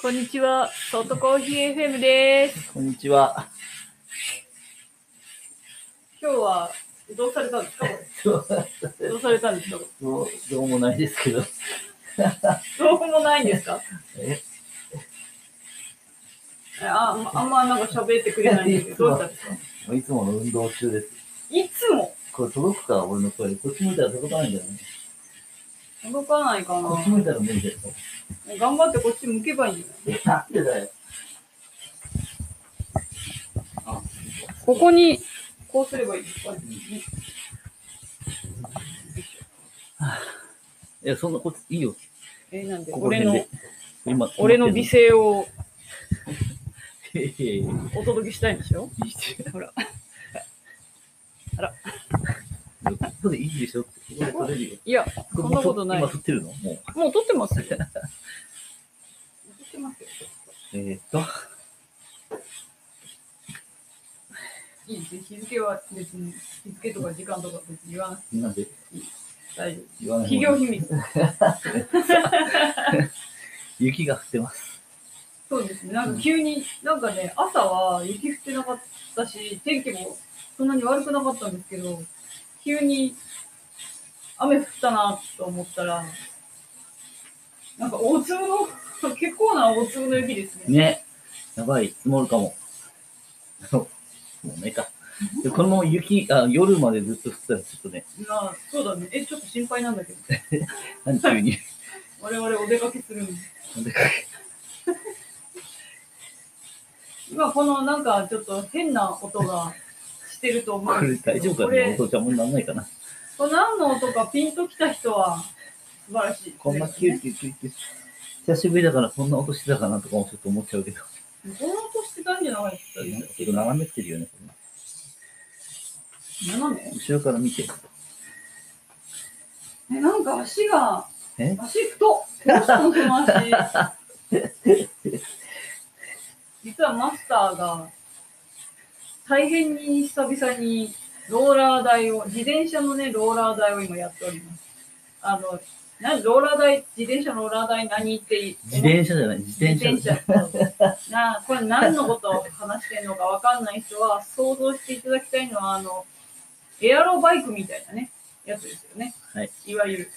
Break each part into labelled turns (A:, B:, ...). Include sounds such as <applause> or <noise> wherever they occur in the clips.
A: こんにちは。ソートコーヒー FM です。
B: こんにちは。 <laughs>
A: 今日はどうされたんですか
B: ど
A: どうされたんですか
B: うどうもないですけど。
A: どうもないんですか
B: え
A: えああんまなんか喋ってくれないんですけど、どうしたんですか
B: いつもの運動中です。
A: いつも
B: これ届くか俺の声。こっち向いたら届かないんじゃない
A: 動かないかな
B: こっち向いたら無理だよ。
A: 頑張ってこっち向けばいいんじゃ
B: え、なんでだよ。
A: ないここに、こうすればいいですか
B: いや、そんなこと、いいよ。
A: えなんで
B: ここら
A: 俺
B: 辺
A: の
B: で、。今
A: 俺の美。声を
B: いやいやいや
A: お届けしたいんでしょ
B: いいじ
A: ほら。
B: ゃんここでいいでしょって。ここで取れるよ。
A: いや、そんなことない
B: 今撮ってるのもう。
A: もう撮ってますよ。撮ってますよ。
B: えーっと、
A: いいですよ日付は別に、日付とか時間とか別に言わなくて
B: なんで
A: 大丈夫。
B: 言わない
A: 企
B: 方
A: 業
B: が。
A: 秘密。
B: 雪が降ってます。
A: <laughs> そうですね。なんか急に、なんかね、朝は雪降ってなかったし、天気もそんなに悪くなかったんですけど、急に雨降ったなと思ったら、なんか大粒の、 <laughs> 結構な大粒の雪ですね。
B: ね。やばい、積もるかも。 <laughs> そう。もうねか。でこのまま雪あ、夜までずっと降ってたらちょっとね、
A: なあ、そうだね。え、ちょっと心配なんだけど。
B: 何急に。 <laughs>
A: 我々お出かけするんで。
B: でかい
A: 今このなんかちょっと変な音がしてると思
B: こ
A: うん
B: れ
A: ですけど
B: 大丈夫か
A: こ
B: なお
A: れ
B: 父ちゃんもなんないかな
A: これ何の音かピンときた人は素晴らしいですね
B: こんなキューキューキューキュー。久しぶりだからこんな音してたかなとかもちょっと思っちゃうけど。
A: こんな音してたんじゃないです
B: なんかちょっと斜めってるよね。
A: 斜め
B: 後ろから見て。
A: えなんか足が
B: え
A: 足太っどうしたのその足実はマスターが大変に久々にローラー台を自転車のねローラー台を今やっておりますあのなローラー台自転車のローラー台何って
B: 自転車じゃない、自転車。
A: 自転車なあこれ何のことを話してるのかわかんない人は想像していただきたいのはあのエアロバイクみたいなねやつですよね、
B: はい、
A: わゆる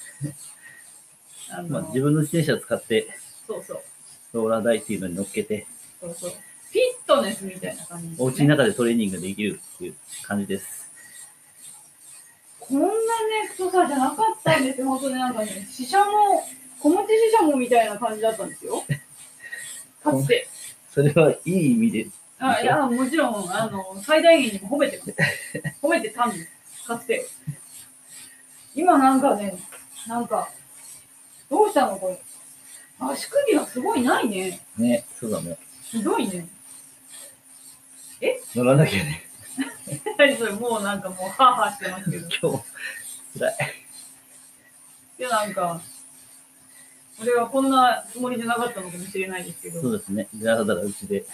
A: あの、
B: まあ、自分の自転車使って、
A: そうそう
B: ローラー台っていうのに乗っけて、
A: そうそうフィットネスみたいな感じですね、
B: お家の中でトレーニングできるっていう感じです。
A: こんなね太さじゃなかったんですよ本当になんかねシシャモ小持ちシシャモみたいな感じだったんです
B: <laughs>
A: よかつて
B: それはいい意味で、
A: あいや、もちろん、あの、最大限にも褒めて
B: <laughs>
A: ます。褒めてたんです。かつて。今なんかね、なんか、どうしたのこれ。足首がすごいないね。
B: ね、そうだね。
A: ひどいね。
B: 乗らなきゃね。 <laughs>
A: それもうなんかもう、ハーハーしてますけど。
B: 今日、
A: いや、なんか、俺はこんなつもりじゃなかったのかもしれないですけ
B: そ
A: ど、
B: うですね。だらだらうちで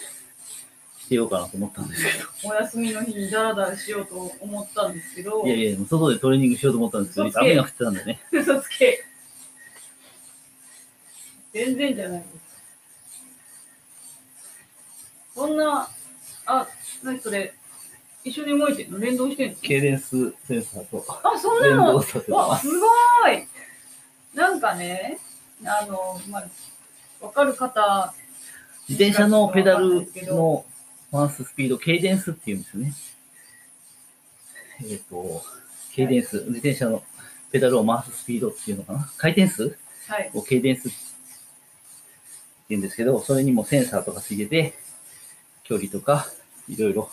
B: してようかなと思ったんですけ
A: お休みの日にダラダラしようと思ったんですけど
B: ど。い、やいや、もう外でトレーニングしようと思ったんですけ
A: 嘘
B: ど、
A: つけ
B: 雨が降ってたんでね。
A: 嘘つけ。全然じゃないです。こんな、あ、何それ、一緒に動いてんの連動してんの
B: ケイレンスセンサーと
A: あ、そんな
B: 連動
A: の
B: させて
A: わ、
B: ます
A: ごいなんかね、あの、まあ、わかる方、
B: す。自転車のペダルの回すスピード、ケイデンスっていうんですよね。えっ、と、ケイデンス、自転車のペダルを回すスピードっていうのかな。回転数 <laughs>
A: はい、
B: をケイデンスって言うんですけど、それにもセンサーとかつけて、距離とか、いろいろ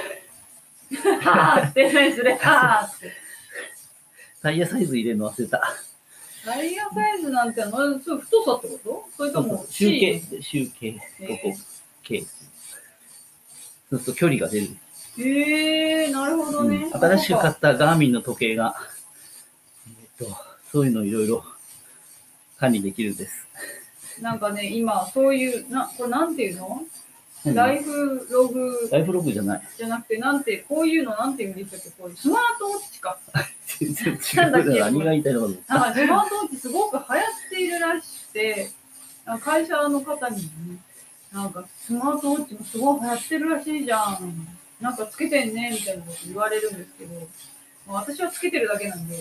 A: <laughs> はーって何それ、はーって。
B: タイヤサイズ入れるの忘れた。
A: ダイヤサイズなんてのは、そう太さってこと <laughs> それとも、
B: 集計、集計、
A: えー
B: ここ、計。そうすると距離が出る。
A: えー、なるほどね。
B: うん新しく
A: な
B: 買
A: んか
B: ったガーミンの時計が、えっと、そういうのいろいろ管理できるんです。
A: なんかね、今、そういう、なこれなんていうのラ
B: ライ
A: イフログ
B: フログじゃない。 <laughs>
A: じゃなくて、なんて、こういうのなんて言うんでしたっけこういうスマートウォッチか。
B: 全然違
A: なんだっ
B: う。
A: け
B: 何が言いたいのかと思った
A: なんかスマートウォッチすごく流行っているらしくて、ああ会社の方に、なんかスマートウォッチもすごい流行ってるらしいじゃん。なんかつけてんね、みたいなこと言われるんですけど、まあ私はつけてるだけなんで、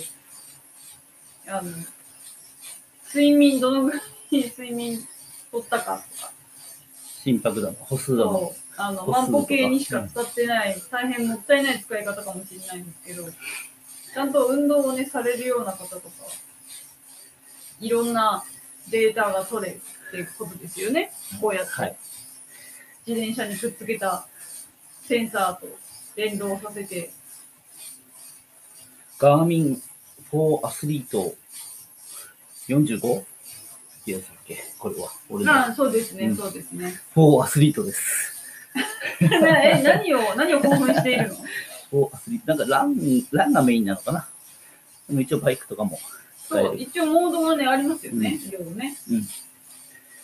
A: あの、睡眠、どのぐらい睡眠取ったかとか、
B: 心拍だの、歩数だの。
A: そうあの、
B: 歩数と
A: 万
B: か
A: 歩計にしか使ってない、大変もったいない使い方かもしれないんですけど、ちゃんと運動をね、されるような方とか、いろんなデータが取れっていうことですよね。こうやって、
B: はい
A: 自転車にくっつけたセンサーと連動させて、
B: ガーミン4アスリート 45? いやつだっけこれは。俺の
A: まあ、そうですね、
B: うん
A: そうですね。 <laughs>
B: 4アスリートです。
A: なえ、何を、何を興奮しているの
B: 4アスリート。なんかランに、ランがメインなのかなでも一応バイクとかも。使え
A: そ
B: る
A: う、一応モードがね、ありますよね、色々ね。
B: うん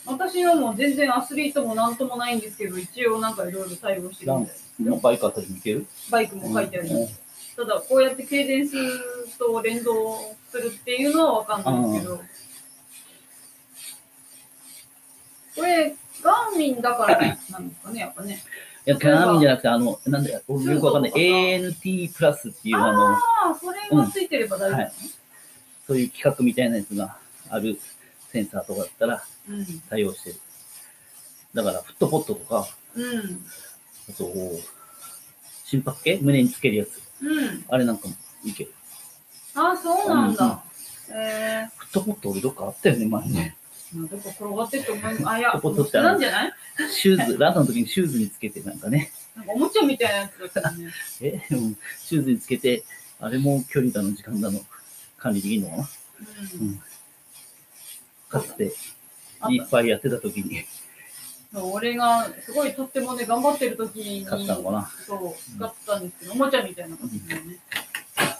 A: 私のも全然アスリートもなんともないんですけど、一応なんかいろいろ対応してるみたい
B: 今バイクあたり見てる
A: バイクも書いてあり
B: うん
A: ます。ただ、こうやってケイデンスと連動するっていうのはわかんないんですけど。これ、ガーミンだからなんですかね、やっぱね。
B: いや、キャラミンじゃなくて、あの、なんだよ、俺よくわかんない。
A: そうそ
B: ANT プラスっていう、あの、
A: ああ、それがついてれば大丈夫ですね。
B: そういう企画みたいなやつがあるセンサーとかだったら対応してる。だから、フットポットとか、
A: うん。うん。
B: あと、心拍計胸につけるやつ。
A: うん。
B: あれなんかもいける。
A: ああ、そうなんだ。え
B: フットポット俺どっかあったよね、前ね。
A: ー、まあどっか転がってって思います。あ、いや、
B: ポトってある
A: なんじゃない
B: シューズ、ランの時にシューズにつけてなんかね、
A: なんかおもちゃみたいなやつだったよね。
B: え、うんシューズにつけて、あれも距離だの時間だの管理できるのかな
A: うん。
B: かつて、い
A: あっ
B: っぱいやってた時に <laughs>
A: た俺がすごいとってもね、頑張ってる時に、
B: 買ったのかな。
A: そう、使ってたんですけど、おもちゃみたいな感じでね、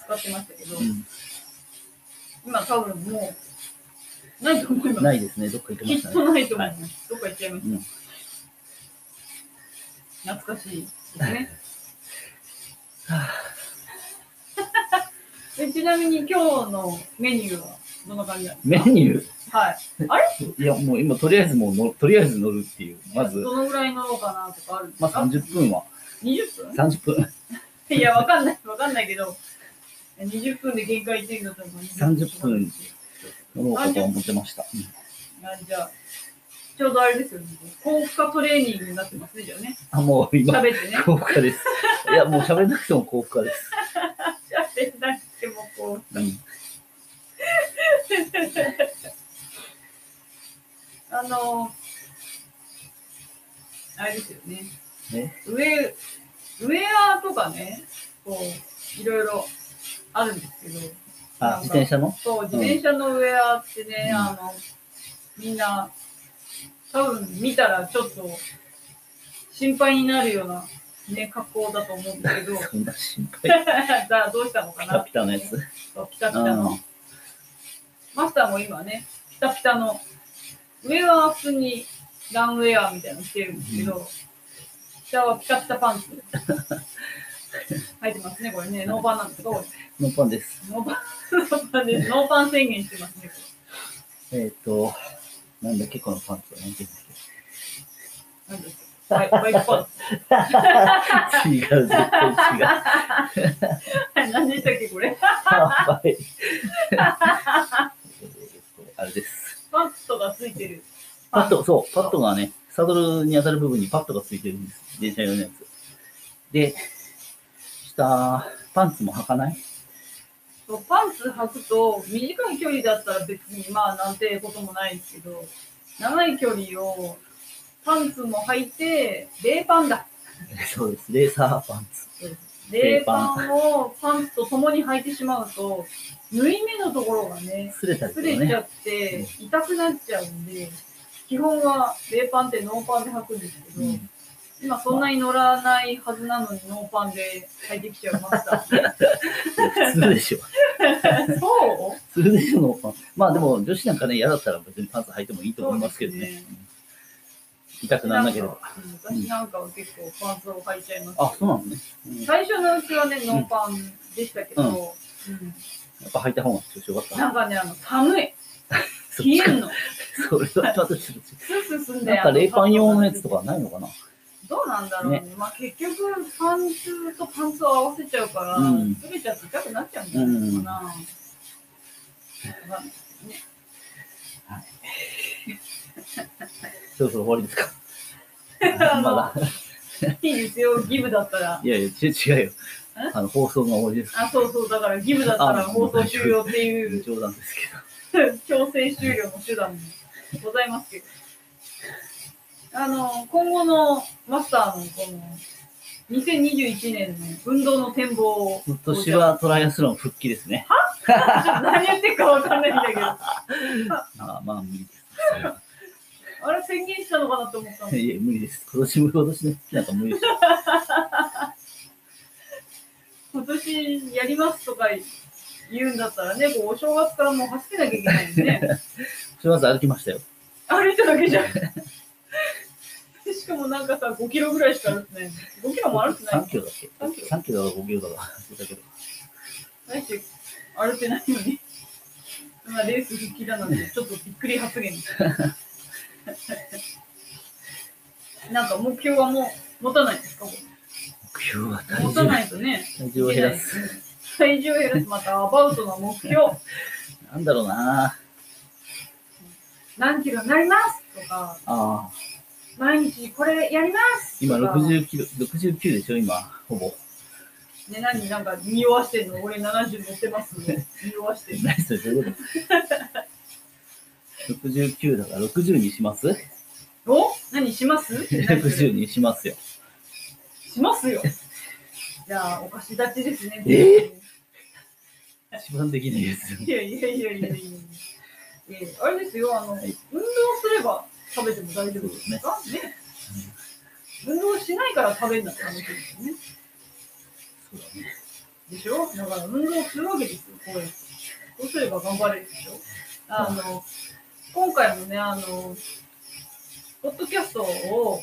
A: 使ってましたけど、
B: う
A: 今多分もう、ないと思い
B: <laughs> ん。
A: ます。
B: ないですね、どっか行ってま
A: き
B: し
A: った
B: ね。
A: とないと思います。どっか行っちゃいました。
B: うん
A: 懐かしいですね。 <laughs> えちなみに今日のメニューはどんな感じなんで
B: メニュー
A: すかはい。
B: いや、もう今、とりあえずもうの、とりあえず乗るっていう。まず、
A: どのぐらい乗ろうかなとかあるんです
B: ま
A: か、
B: あ30分は、
A: 20分
B: 30分、
A: いや、わかんない、わかんないけど、20分で限界っていうのと思う
B: 30分乗ろうかとは思ってました。うん
A: あじゃあ、ちょうどあれですよね。高負荷トレーニングになってますね、じゃあね。
B: あ、もう今、
A: 喋ってね。
B: 幸福家です。いや、もう喋んなくても幸福家です。
A: 喋らなくてもこう。
B: うん。
A: あの、あれですよね。
B: ね
A: ウェウェアとかね、こう、いろいろあるんですけど、
B: あ、自転
A: <laughs>
B: 車の
A: そう、自転車のウェアってね、
B: うん
A: あの、みんな、多分見たらちょっと心配になるような、ね、格好だと思うんです <laughs> けど、
B: そんな心配。
A: じゃあどうしたのか
B: ピタ
A: な
B: ピタのやつ。
A: そうピタピタの。マスターも今ね、ピタピタの、上は普通にランウェアみたいなの着てるんですけど、下はピタピタパンツ。 <laughs> 入ってますね、これね。ノーパンなんですけど、
B: ノーパンです。
A: ノーパン、ノーパンです。ノーパン宣言してますね。
B: えっ、と、なんだっけ、このパンツは。なんていうんだ
A: な
B: っ
A: んですかバイバイクパン
B: け。 <laughs> 違う、絶対違う。
A: ツ。 <laughs> 何でしたっけ、これ。
B: はい。えーとあれです。
A: パッドがついてる。
B: パッド、そう、パッドがね、サドルに当たる部分にパッドがついてるんです。電車用のやつ。で、下、パンツも履かない
A: そうパンツ履くと、短い距離だったら別にまあなんてこともないですけど、長い距離をパンツも履いて、冷パンだ。
B: そうです。レーサーパンツ。
A: 冷パンをパンツと共に履いてしまうと、縫い目のところがね、
B: 擦れたりと
A: 擦
B: か
A: れち
B: ね。
A: ゃって痛くなっちゃうんで、基本は冷パンってノーパンで履くんですけど、
B: うん
A: 今そんなに乗らないはずなのにノーパンで履いてきちゃいま
B: <laughs>
A: した。
B: 普通でしょ。
A: そう
B: 普通でしょのパン。まあでも、女子なんかね、嫌だったら別にパンツ履いてもいいと思いますけど
A: そ
B: ね。
A: うですね
B: うん痛くならなければ。
A: うん私なんかは結構パンツを履いちゃいます。
B: あ、そうなのね。うんや
A: 最初のうちはね、ノーパンでしたけど、うん
B: っぱ履いた方が調子よかった。
A: なんかね、あの寒い。
B: <laughs> そっ
A: 冷え
B: ちか
A: んの。
B: それはまたちょっ
A: スースーすん
B: と、
A: だよ。
B: なんか冷パン用のやつとかないのかな
A: どうなんだろうね。まあ結局、パンツとパンツを合わせちゃうから、
B: うん
A: ずれちゃって痛くなっちゃうんじゃないのかな。まあ
B: そろそろ終わりですか
A: あの
B: <laughs> まだ。
A: いいですよ、義務だったら。
B: いやいや、ち違うよ。あの、放送が終わりですか
A: あ、そうそう、だから義務だったら
B: あ
A: 放送終了ってい
B: ら。
A: う
B: 冗談ですけ
A: <laughs> 強制終了の手段もございますけど。あの、今後のマスターのこの2021年の運動の展望を。
B: ど。今年はトライアスロン復帰ですね。
A: ちょっと何言ってるかわかんないんだけど。
B: まあまあ、無理
A: あれ宣言したのかなと思ったの
B: です。。いや、無理です。今年も今年ね、なんか無理です。
A: 今年やりますとか言うんだったらね、こうお正月からもう走ってなきゃいけないんでね。
B: <laughs> それまず歩きましたよ。
A: 歩いただけじゃん。しかもなんかさ、5キロぐらいしか歩いてない。5キロも歩いてない
B: 3。キロだっけ
A: 3キロ
B: ?3 キロだか5キロだか。だけど。
A: ないし、歩いてないのに。まあ、レース復帰だなんて、ちょっとびっくり発言。 <laughs> なんか目標はもう持たないですか
B: 目標は体
A: 持
B: 重
A: たないとね、
B: 体重を
A: いけな
B: 減
A: い
B: ら。
A: ですすね。体重を減らす、またアバウトな目標、
B: なんだろうな
A: 何キロになりますとか、
B: ああ、
A: 毎日これやります
B: 今
A: とか
B: 60キロ、69でしょ今、ほぼ。
A: ね、何なんか匂わしてんの俺70乗ってますね。匂わしてんの。
B: ナイスどういうこと ?69 だから60にします
A: お何します
B: <laughs> ?60 にしますよ。
A: しますよ。じゃあ、お菓子立ちですね。
B: え一番できないですよ。
A: いやいやいやいやいやいやいや。あれですよ、あの、
B: い
A: 運動すれば食べても大丈夫ですかね運動しないから食べるんだって話ですよね。
B: そうだね。
A: でしょだから運動するわけですよ、こうやって。そうすれば頑張れるでしょあの、今回もね、あの、ポッドキャストを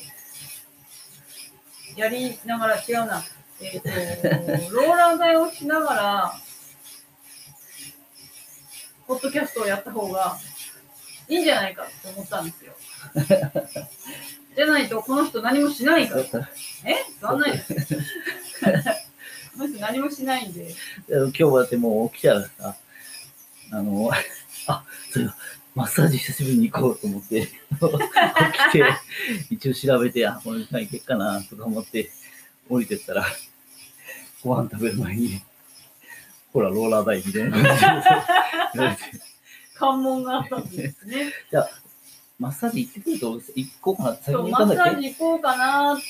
A: やりながら、違うな、えっ、と、ローラー代をしながら、ポッドキャストをやった方がいいんじゃないかって思ったんですよ。じゃないと、この人何もしないから
B: だ。から
A: えそんなにこの人何もしないんで。
B: 今日はだってもう起きたらさ、あの、あ、そういえば、マッサージ久しぶりに行こうと思って、起きて、一応調べて、あ、この時間行けっかな、とか思って、降りてったら、ご飯食べる前に、ほら、ローラー台みたいな感じで言われて、
A: 関門があったんですね。
B: マッサージ行ってくると、行こうかな、先
A: そう
B: に
A: マ
B: 行か
A: ッサ
B: な
A: ー
B: き
A: ジ行こうかなっ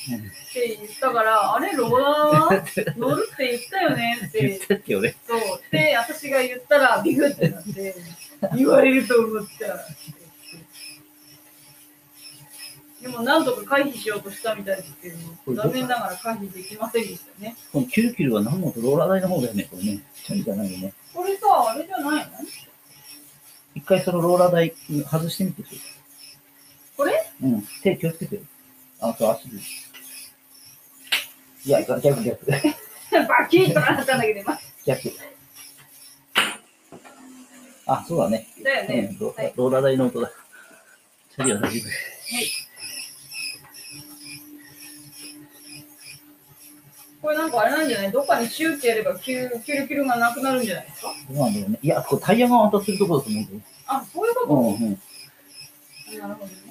A: て言ったから、あれ、ローラーは乗るって言ったよねっ、
B: ゃ。言ってたっけ、俺。
A: そう。で、私が言ったら、ビグってなって、言われると思った。でも、なんとか回避しようとしたみたいですけど、残念ながら回避できませんでしたね。
B: このキュルキュルは何もとローラー台の方だよね、これね。チャリじゃないよね。
A: これさ、あれじゃないの
B: 一回そのローラー台外してみて。
A: これ
B: うん。手気をつけてよ。あ、そう、足で。い <laughs> や、逆、逆、逆。
A: バキッとなったんだけど、まあ
B: 逆あ、そうだね。
A: だよね。
B: うんロ
A: はい
B: ローラー台の音だ。チャリは大丈夫。
A: これなんかあれなんじゃないどっかにシューってやればキュキュルキュルがなくなるんじゃないですか
B: どうなんだろうね。いや、こうタイヤが当たってるところだと思うんだよ。
A: あ、そういう
B: う
A: こ
B: んうん。
A: と、なるほどね。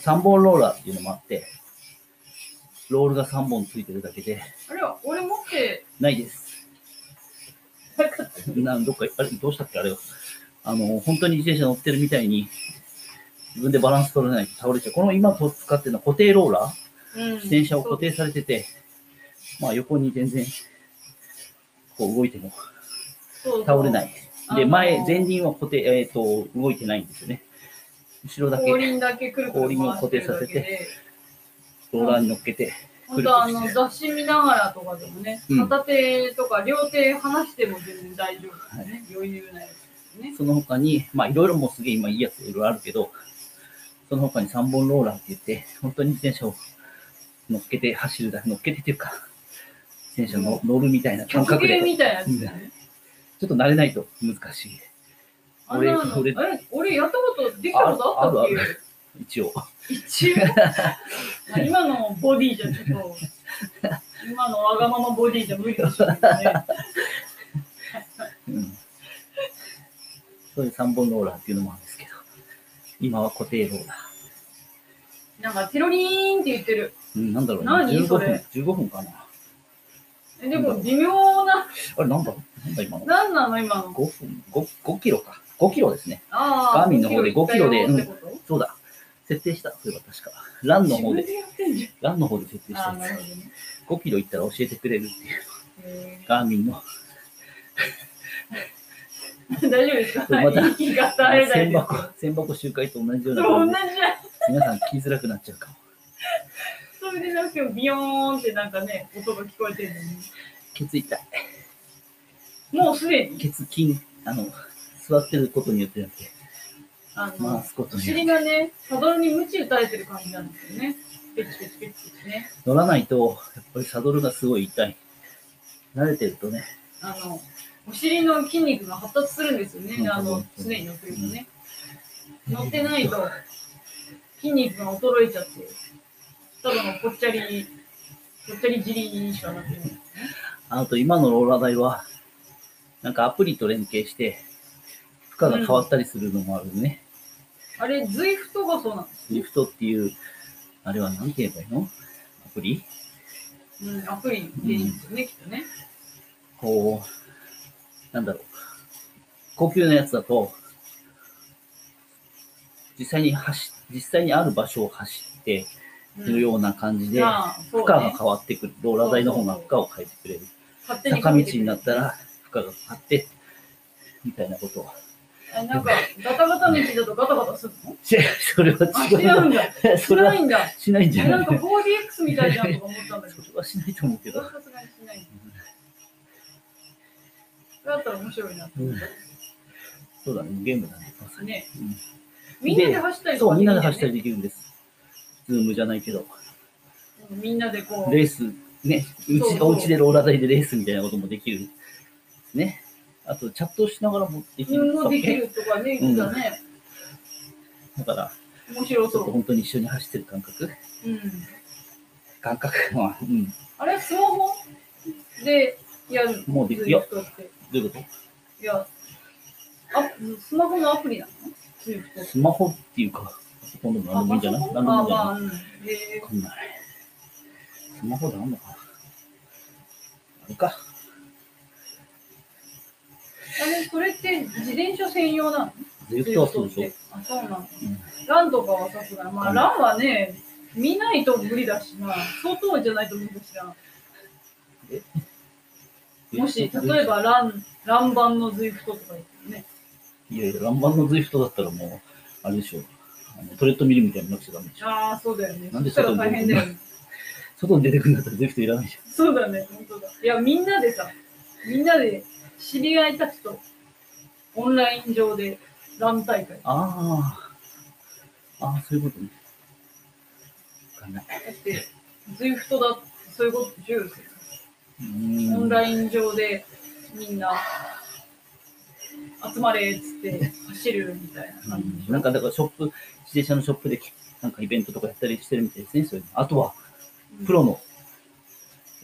B: 3本ローラーっていうのもあって、ロールが3本ついてるだけで、
A: あれは、俺持って
B: ないです。
A: なかった。
B: なんどっか、あれ、どうしたっけあれを。あの、本当に自転車乗ってるみたいに、自分でバランス取れないと倒れちゃう。この今と使ってるのは固定ローラー
A: うん。
B: 自転車を固定されてて、まあ横に全然、こう動いても倒れないい。で、
A: あ
B: 前、
A: の
B: 前輪は固定、えっ、と、動いてないんですよね。後ろだけ
A: 後輪だけくるくる回してるだけ
B: 後輪を固定させ
A: で。
B: ローラーに乗っけて、
A: 本当あの、雑誌見ながらとかでもね、
B: うん
A: 片手とか両手離しても全然大丈夫ですね。余裕ないですね。
B: その他に、まあいろいろもうすげえ今いいやついろいろあるけど、その他に3本ローラーって言って、本当に自転車を乗っけて走るだけ、乗っけてっていうか、自転車の乗るみたいな感
A: 曲
B: 覚
A: 芸
B: で、
A: みたいなやつだね。
B: ちょっと慣れないと難しい。
A: あんなの
B: 俺
A: え俺やったこと、できたことあったっけ
B: ああ一応。 <laughs>
A: 一応、まあ今のボディじゃちょっと、今のわがままボディじゃ無理でしょうね。
B: うん。そういう3本ローラーっていうのもあるんですけど、今は固定ローラー。
A: なんか、テロリーンって言ってる。
B: うん、なんだろうね。
A: 何
B: 15
A: そ
B: 分
A: れ、
B: 15分かな。
A: えでも、微妙な、
B: あれ、なんだろうなんだ今の。
A: なんなの今の。
B: 5分、5、5キロか。5キロですね。
A: ああ、
B: ガーミンの方で5キロで
A: 行ったよってこと
B: そうだ。設定した。そういえば確か。ランの
A: 自
B: 方
A: 分
B: で、
A: でやってんじ
B: ランの方で設定
A: ゃん。
B: し
A: あ
B: た
A: あ、な
B: や <laughs>
A: る
B: つ
A: ほ。どね。
B: 5キロ行ったら教えてくれるっていう。
A: へ
B: ガーミンの。
A: ー大丈夫ですか
B: これまた
A: 息が絶えない
B: 千
A: です。
B: 箱、千箱集会と同じよう
A: それ同
B: な感
A: じ
B: じ
A: じ
B: で。
A: ゃん。
B: 皆さん聞きづらくなっちゃうかも。
A: それでなんかビヨーンってなんかね、音が聞こえてるのに。
B: ケツ痛い。
A: もうすでに、
B: ケツ筋、あの、座ってることによってだっけ
A: あの、
B: 回すこと
A: お
B: によっ
A: 尻
B: て。
A: がね、サドルに鞭打たれてる感じなんですよね。ペチペチペチペチね。
B: 乗らないと、やっぱりサドルがすごい痛い。慣れてるとね、
A: あの、お尻の筋肉が発達するんですよね。あの、常に乗ってるとね。乗ってないと、筋肉が衰えちゃって、ただのぽっちゃり、ぽっちゃり尻にしかなってない。
B: あと今のローラー台は、なんかアプリと連携して、負荷が変わったりするのもあるね。
A: あれ、ズイフトがそうなんです。
B: リフトっていう、あれはなんて言えばいいのアプリ
A: うん、アプリでいいんですよね、きっとね。
B: こう、なんだろう。高級なやつだと、実際に走、実際にある場所を走って
A: う
B: る
A: ん、
B: ような感じで、
A: じゃあ、
B: 負
A: そう
B: 荷
A: ね、
B: が変わってくる。ローラー台の方が負荷を変えてくれる。
A: 勝手に
B: 坂道になったら負荷がかかって、みたいなことは。
A: あなんか、ガタガタ道だとガタガタするの
B: 違うそれは
A: あ、
B: 違
A: 違
B: う。
A: うんだ。し
B: <laughs> それ
A: な
B: はい
A: んだ。
B: しないんじゃ
A: えな
B: なんい
A: か 4DX みたいじゃんとか思ったんだけ
B: そ
A: ど、
B: れはしないと思うけ
A: それ
B: ど。
A: はさすがにしない。それだったら面白いなって
B: うんそうだね、ゲームだね。
A: ね
B: うん。
A: みんなで走ったり
B: そう、みんなで走った
A: り。
B: りできるんです。ズームじゃないけど。
A: うんみんなでこう、
B: レース、ね、う
A: そう
B: ち、
A: そう
B: お家でローラー台でレースみたいなこともできる。ね。あと、チャットしながらもでき
A: 自分
B: るんだ
A: も
B: っ
A: でき
B: け
A: るとかね、言ってたね。
B: だから、
A: 面白
B: ち
A: そ
B: ょっと
A: う。
B: 本当に一緒に走ってる感覚
A: うん。
B: 感覚は、うん。
A: あれ、スマホでやる
B: もうできるよ。
A: Zwift って
B: どういうこ
A: いや、あスマホのアプリなの ?Zwift
B: とスマホっていうか、パソコンでも何でもいいんじゃない
A: あ
B: 何でもいいんじゃ
A: ま
B: な
A: あま
B: い
A: あ、うん。え
B: わかんない。スマホであんのかなあれか。
A: ーあれ、それって自転車専用なの
B: ずっとはそうでしょ。
A: あ、そうなの
B: うん。
A: ランとかはさすがに。まあ、
B: うん
A: ランはね、見ないと無理だしな。相当じゃないと無理だしな。もし、例え。ばラン、ラン版のズイフトとか言ってね。
B: いやいや、ランバンのズイフトだったらもう、あれでしょう。あのトレッドミルみたいになくちゃダメでしょ。
A: ああ、そうだよね。
B: なんで
A: そした
B: 外
A: ら
B: に出
A: 大変
B: てくる
A: だよ
B: の
A: ね。
B: 外に出てくるんだったらズイフトいらないじ
A: そうだね、本当だ。いや、みんなでさ、みんなで知り合いたちとオンライン上でラン大会。
B: ゃん。ああ。ああ、そういうことね。わかんない。
A: だって、ズイフトだ、そういうこと重要ですよ。
B: う
A: オ
B: ー
A: ン
B: ん。
A: ライン上でみんな集まれっつって走るみたいな感じでしょ。
B: なんか、だからショップ、自転車のショップで、なんかイベントとかやったりしてるみたいですね、そういうの。あとは、プロの、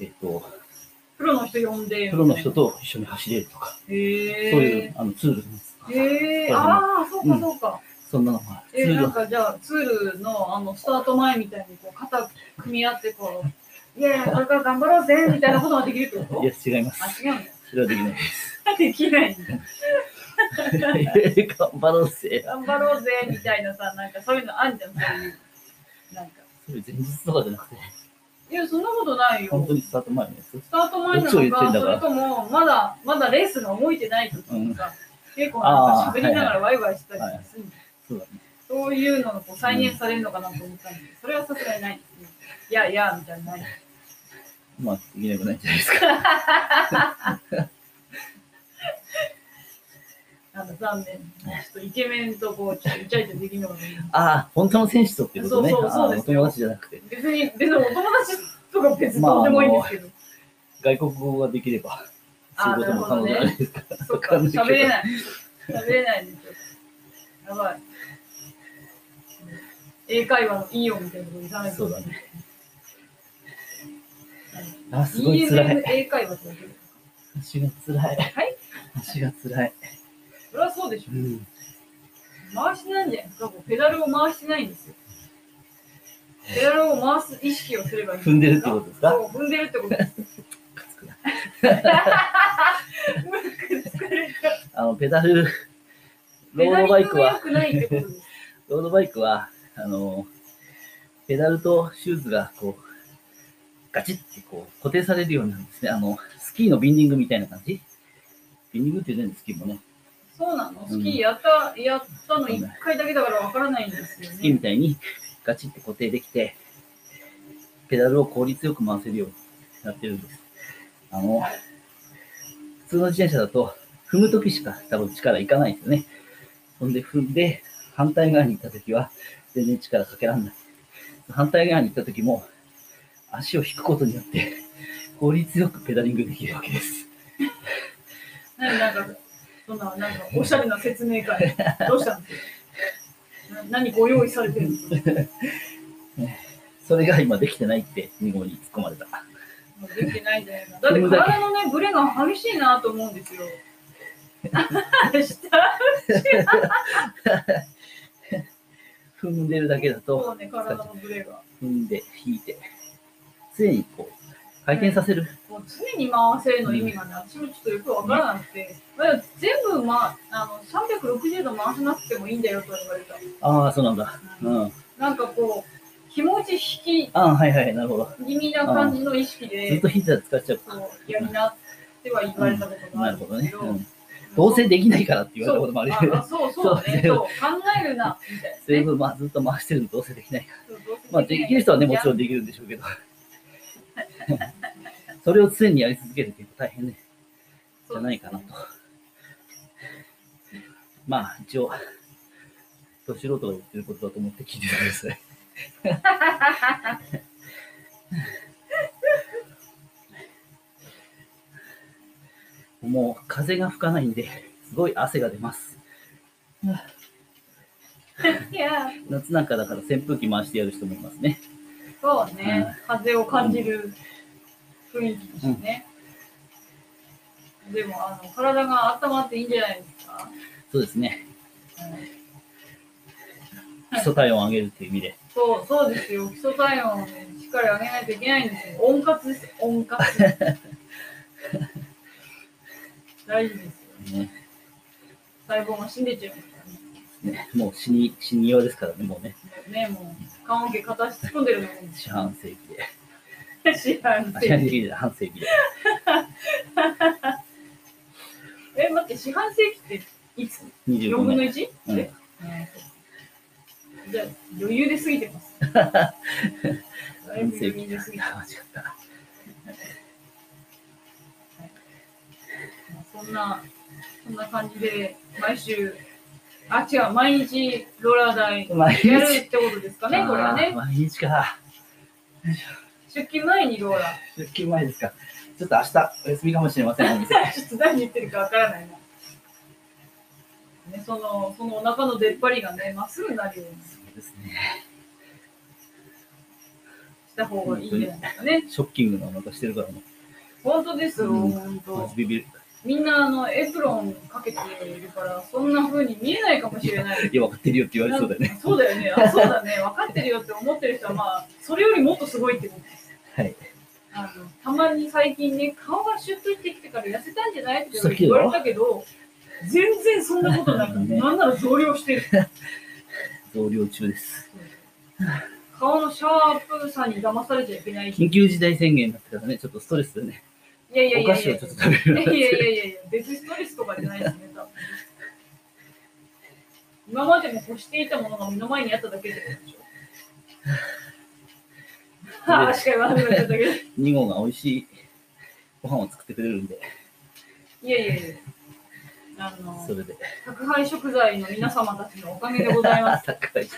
B: えっ、と、
A: プロの人呼んで。
B: プロの人。と一緒に走れるとか、
A: へ
B: そういう
A: え。
B: あのツールなんです。
A: へえ。ああ、そう
B: う
A: か
B: ん
A: そうか。
B: そんなのが、ツ
A: え
B: ール
A: なん
B: は、
A: かじゃあツールのあのスタート前みたいにこう肩組み合ってこう、いやこれから頑張ろうぜみたいなことができるってこ
B: い
A: と
B: や、違いま
A: あ、
B: す。
A: 違うんだ。
B: それはでき
A: <laughs>
B: ない。
A: できないんだ。
B: 頑張ろうぜ。
A: 頑張ろうぜみたいなさ、なんかそういうのあんじゃん、そういう。なんか。
B: それ前日とかじゃなくて、
A: いや、そんなことないよ。
B: 本当にスタート前のやつ。
A: スタート前な
B: どっちを
A: の
B: 言って
A: か、
B: んだ
A: そ
B: か
A: れ
B: ら
A: とも、まだ、まだレースが動いてない時とか、結構なんか喋りながらワイワイしたりする、
B: そうだね。
A: そういうのがこう再現されるのかなと思ったんで、それはさすがにないですね。いやいや、みたいなない。
B: まあ、できなくないんじゃないですか。
A: なんか残念。ちょっとイケメンとこう、ちょっとイチャイチャできるのが、ね、
B: ああ、本当の選手とってことね。
A: そうそうそう
B: ああ
A: で
B: お
A: すよ
B: 友達じゃなくて。
A: 別に、別にお友達とか別にどうでも
B: <laughs>
A: いいんですけど。
B: 外国語ができれば、そういうことも可能じゃないですか。
A: そっか、喋れない。喋れないですよ。やばい。英会話のいいよみたいなこと言わないと
B: そうだね。あ、すごい辛
A: EMF
B: い。
A: 英会話ってこと
B: 足が辛い。
A: はい
B: 足が辛い。
A: それはそうでしょ
B: う。ん。
A: 回してないんじゃないですか。もうペダルを回してないんですよ。ペダルを回す意識をすればいい
B: 踏んでるってことですか
A: そう、踏んでるってことです。
B: ムカつくな
A: ムカつくね
B: あの、ペダル、ロ
A: ペダリン
B: ード
A: グ
B: バイク
A: が良
B: は、
A: くないってことです。
B: ロードバイクは、あの、ペダルとシューズが、こう、ガチってこう固定されるようになるんですね。あの、スキーのビンディングみたいな感じビンディングって言うね、スキーもね。
A: そうなの
B: <laughs> ん
A: スキーやった、やったの1回だけだからわからないんですよ
B: スキーみ
A: ね。
B: たいにガチって固定できて、ペダルを効率よく回せるようになってるんです。あの、普通の自転車だと、踏むときしか多分力いかないんですよね。ほんで踏んで、反対側に行ったときは全然力かけらんない。反対側に行ったときも、足を引くことによって、効率よくペダリングできるわけです。
A: 何なんか、そんな、なんか、おしゃれな説明会。どうしたんですかな何ご用意されてるんですか
B: それが今できてないって2号に突っ込まれた。
A: もうできてないんじゃないかな。だって体のね、ブレが激しいなと思うん
B: <laughs>
A: ですよ。下
B: 踏んでるだけだと、
A: もね、体のブレが。
B: 踏んで引いて常にこう回転させる、
A: もう常に回せるの意味がね、私もちょっとよくわからなくて、まあ全部、ま、あの360度回さなくてもいいんだよと言われた。
B: ああそうなんだうんあ
A: なんかこう、気持ち引き
B: あはいはいなるほど
A: 気味な感じの意識
B: ずっ
A: で、
B: と引いてたら疲れちゃう
A: こう、やりなっては言われたことがある
B: な
A: んで
B: る
A: す
B: ほど
A: け
B: ね、
A: ど、
B: うん、どうせできないからって言われたこともある
A: そ
B: け
A: う
B: <laughs> ど
A: あそうそうね、そう、考えるな、みたいな
B: 全
A: ね。
B: 部、まあ、ずっと回してるのどうせできないか
A: そ
B: ら
A: うどうせ
B: まあできる人はねもちろんできるんでしょ <laughs> うけどそれを常にやり続けるっていうのは大変ねじゃないかなとまあ一応ど素人が言ってることだと思って聞いてくださいもう風が吹かないんですごい汗が出ます
A: いや、
B: 夏なんかだから扇風機回してやる人もいますね
A: そうね、風を感じる雰囲気ですね。でも、あの、体が温まっていいんじゃないですか。
B: そうですね
A: うん
B: 基礎体温を上げるっていう意味で
A: そう、そうですよ。基礎体温をね、しっかり上げないといけないんですよ。温活です、温活。大事ですよ。
B: ね
A: 細胞が死んでっちゃいますからね。
B: ねもう死に死にようですからねもうね
A: ね、もう、棺桶片足突っ込んでるのも
B: 四半世紀で
A: 知らん
B: あ
A: て
B: 四半世紀で半世紀で
A: え、待って、四半世紀っていつ
B: 25
A: ?4 分の
B: 年
A: 1?
B: うん
A: えうんじゃあ、余裕で過ぎて
B: <laughs>
A: ます。だいぶ余裕で過ぎてま
B: あ間違った
A: す。そんな、そんな感じで、毎週、あ、違う、毎日ローラー台
B: 毎
A: やるってことですかね、これは
B: あー
A: ね。
B: 毎日か。
A: 出勤前にロー
B: <laughs>
A: ラー。
B: 出勤前ですか。ちょっと明日お休みかもしれませ
A: <laughs>
B: ん。お店
A: ちょっと何言ってるかわからないな。ね、その、そのお腹の出っ張りがね、まっすぐになるように
B: そうですね。
A: した方がいいんじゃないですかね。
B: ショッキングなお腹してるからね。
A: 本当ですよ、
B: うん
A: 本
B: マ
A: 当
B: ジ。ビビる。
A: みんなあのエプロンかけているから、そんな風に見えないかもしれない。
B: いや、分かってるよって言われそうだ
A: <laughs>
B: よね。
A: なんかそうだよね。あ、そうだね。分かってるよって思ってる人は、まあ、それよりもっとすごいってことです。
B: はい。
A: あのたまに最近ね、顔がシュッとしてきてから痩せたんじゃないって言われたけど、全然そんなことなくて、
B: ね
A: なんなら増量してる。
B: 増量中です。
A: 顔のシャープさに騙されちゃいけない。い
B: 緊急事態宣言になってからね、ちょっとストレスでね、
A: やいやい
B: お
A: や
B: 菓
A: い
B: 子
A: や。
B: をちょっと食べるよう
A: い
B: に
A: や
B: なっ
A: いやい
B: て。
A: やいや、別にストレスとかじゃないですね、多分今までも欲していたものが目の前にあっただけでしょ。はあ、しか言わなくなっちゃったけど。い
B: 2号が美味しいご飯を作ってくれるんで、
A: やいやいや。 <laughs> あの
B: そ、れで。
A: 宅配食材の皆様たちのおかげでござい <laughs> ます。
B: 高い。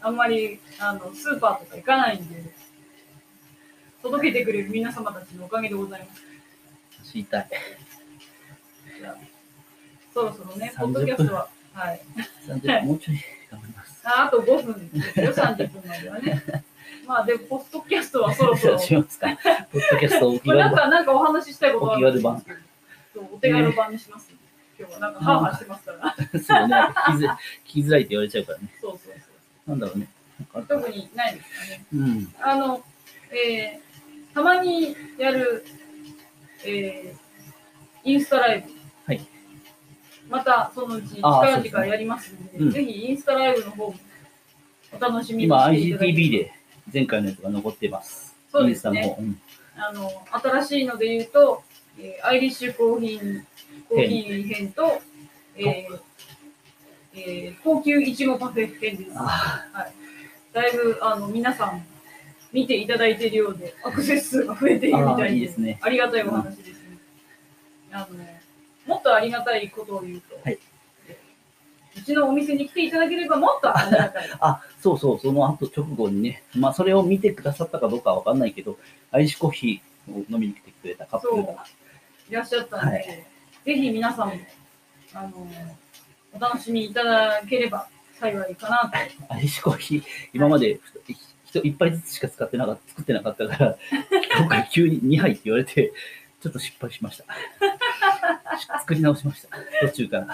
A: あんまりあのスーパーとか行かないんで、届けてくれる皆様たちのおかげでございます。
B: 知りたい。
A: じゃあそろそろね、ポッドキャストは、はい。
B: 30分もうちょい頑張ります。
A: ああと5分ですよ、30分までは
B: <laughs>
A: ね。まあでも、ポッドキャストはそろそろ。
B: しますか。ポッドキャストを
A: これ
B: <laughs>
A: なんか、なんかお話ししたいことあるんです
B: お気
A: けど。そうお手軽版にします。今日はなんか、ハーハーしてますから。
B: ですよね。聞きづ聞きづらいって言われちゃうからね。
A: そうそう
B: なんだろうね。なん
A: そ
B: か
A: う。特にないですかね。 <laughs>
B: うん。
A: あの、えー、たまにやる、えー、インスタライブ。
B: はい。
A: また、そのうち近
B: あーそうです
A: 々
B: ね
A: やりますので、
B: うん
A: ぜひインスタライブの方もお楽しみに
B: 今、
A: していただき
B: IGTV で前回のやつが残ってます。
A: そうです
B: インス
A: ね。
B: タの方。うん
A: あの、新しいので言うと、えーアイリッシュコーヒー、コーヒー編と、えーえー高級いちごパフェ編です。
B: あ
A: だいぶ、あの、皆さん、見ていただいているようで、アクセス数が増えているみた
B: あー
A: い
B: いいですね
A: ありがたいお話ですね。あのね、もっとありがたいことを言うと、
B: はい
A: えーうちのお店に来ていただければもっとありがたい。
B: あ、そうそう、その後直後にね、まあ、それを見てくださったかどうかはわかんないけど、アイスコーヒーを飲みに来てくれたカップルが、
A: いらっしゃったんで、
B: は
A: ぜひ皆さんも、あの、お楽しみいただければ幸いかなと。
B: アイスコーヒー、今まで人一杯ずつしか使ってなかった、作ってなかったから、今回急に2杯って言われて、ちょっと失敗しました。作り直しました、途中から。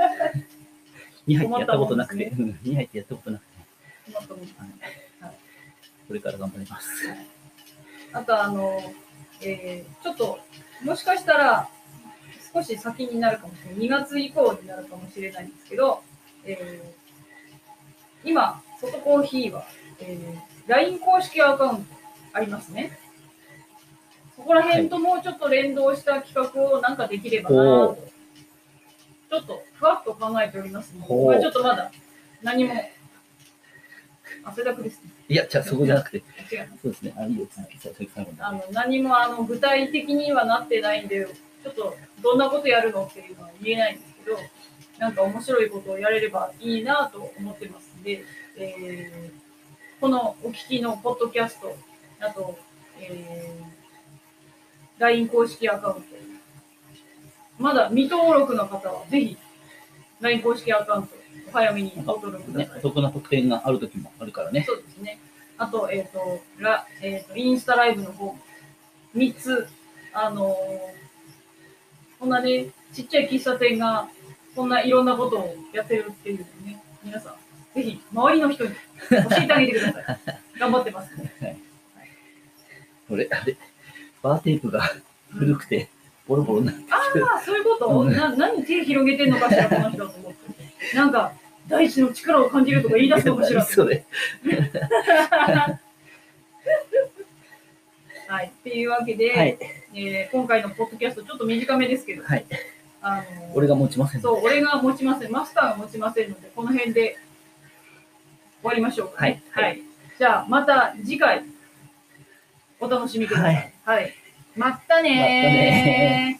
B: 2杯ってやったことなくて、
A: 困っ
B: うん2杯ってやったことなくて、
A: 思ってます
B: これから頑張ります。
A: あと、あの、えーちょっと、もしかしたら、少し先になるかもしれない。2月以降になるかもしれないんですけど、えー今、外コーヒーは、えー LINE 公式アカウントありますね。そこら辺ともうちょっと連動した企画をなんかできればな
B: ほ
A: と、ちょっとふわっと考えておりますので、
B: ほう
A: これちょっとまだ何も、汗だくですね。
B: いや、じゃあそこじゃなくて、
A: 違う。
B: そうですね、あいいよ、続き最初に最後に
A: あの何もあの具体的にはなってないんで、ちょっとどんなことやるのっていうのは言えないんですけど、なんか面白いことをやれればいいなと思ってますんで、えーこのお聞きのポッドキャスト、あと、えー LINE 公式アカウント、まだ未登録の方はぜひ LINE 公式アカウント、お早めにご登録くだ
B: ね
A: さい。、
B: お得な特典がある時もあるからね。
A: そうですね。あと、えっ、と、ラ、えっ、と、インスタライブの方、3つ、あのーこんなね、ちっちゃい喫茶店が、こんないろんなことをやってるっていうのをね、皆さん、ぜひ、周りの人に教えてあげてくだ
B: <laughs>
A: さい。頑張ってますね。
B: これ、あれ、バーテープが古くて、ボロボロになってきてる。
A: ああ、そういうことな何手広げてんのかしら、この人と思って。なんか、大地の力を感じるとか言い出すかもしれない。
B: それ。
A: はい。っていうわけで、
B: はい。
A: えー今回のポッドキャスト、ちょっと短めですけど、
B: はい。
A: あのー
B: 俺が持ちません。
A: そう、俺が持ちません。マスターが持ちませんので、この辺で終わりましょうか、ね。
B: はい
A: はい。じゃあ、また次回、お楽しみください。はい。またねー
B: またね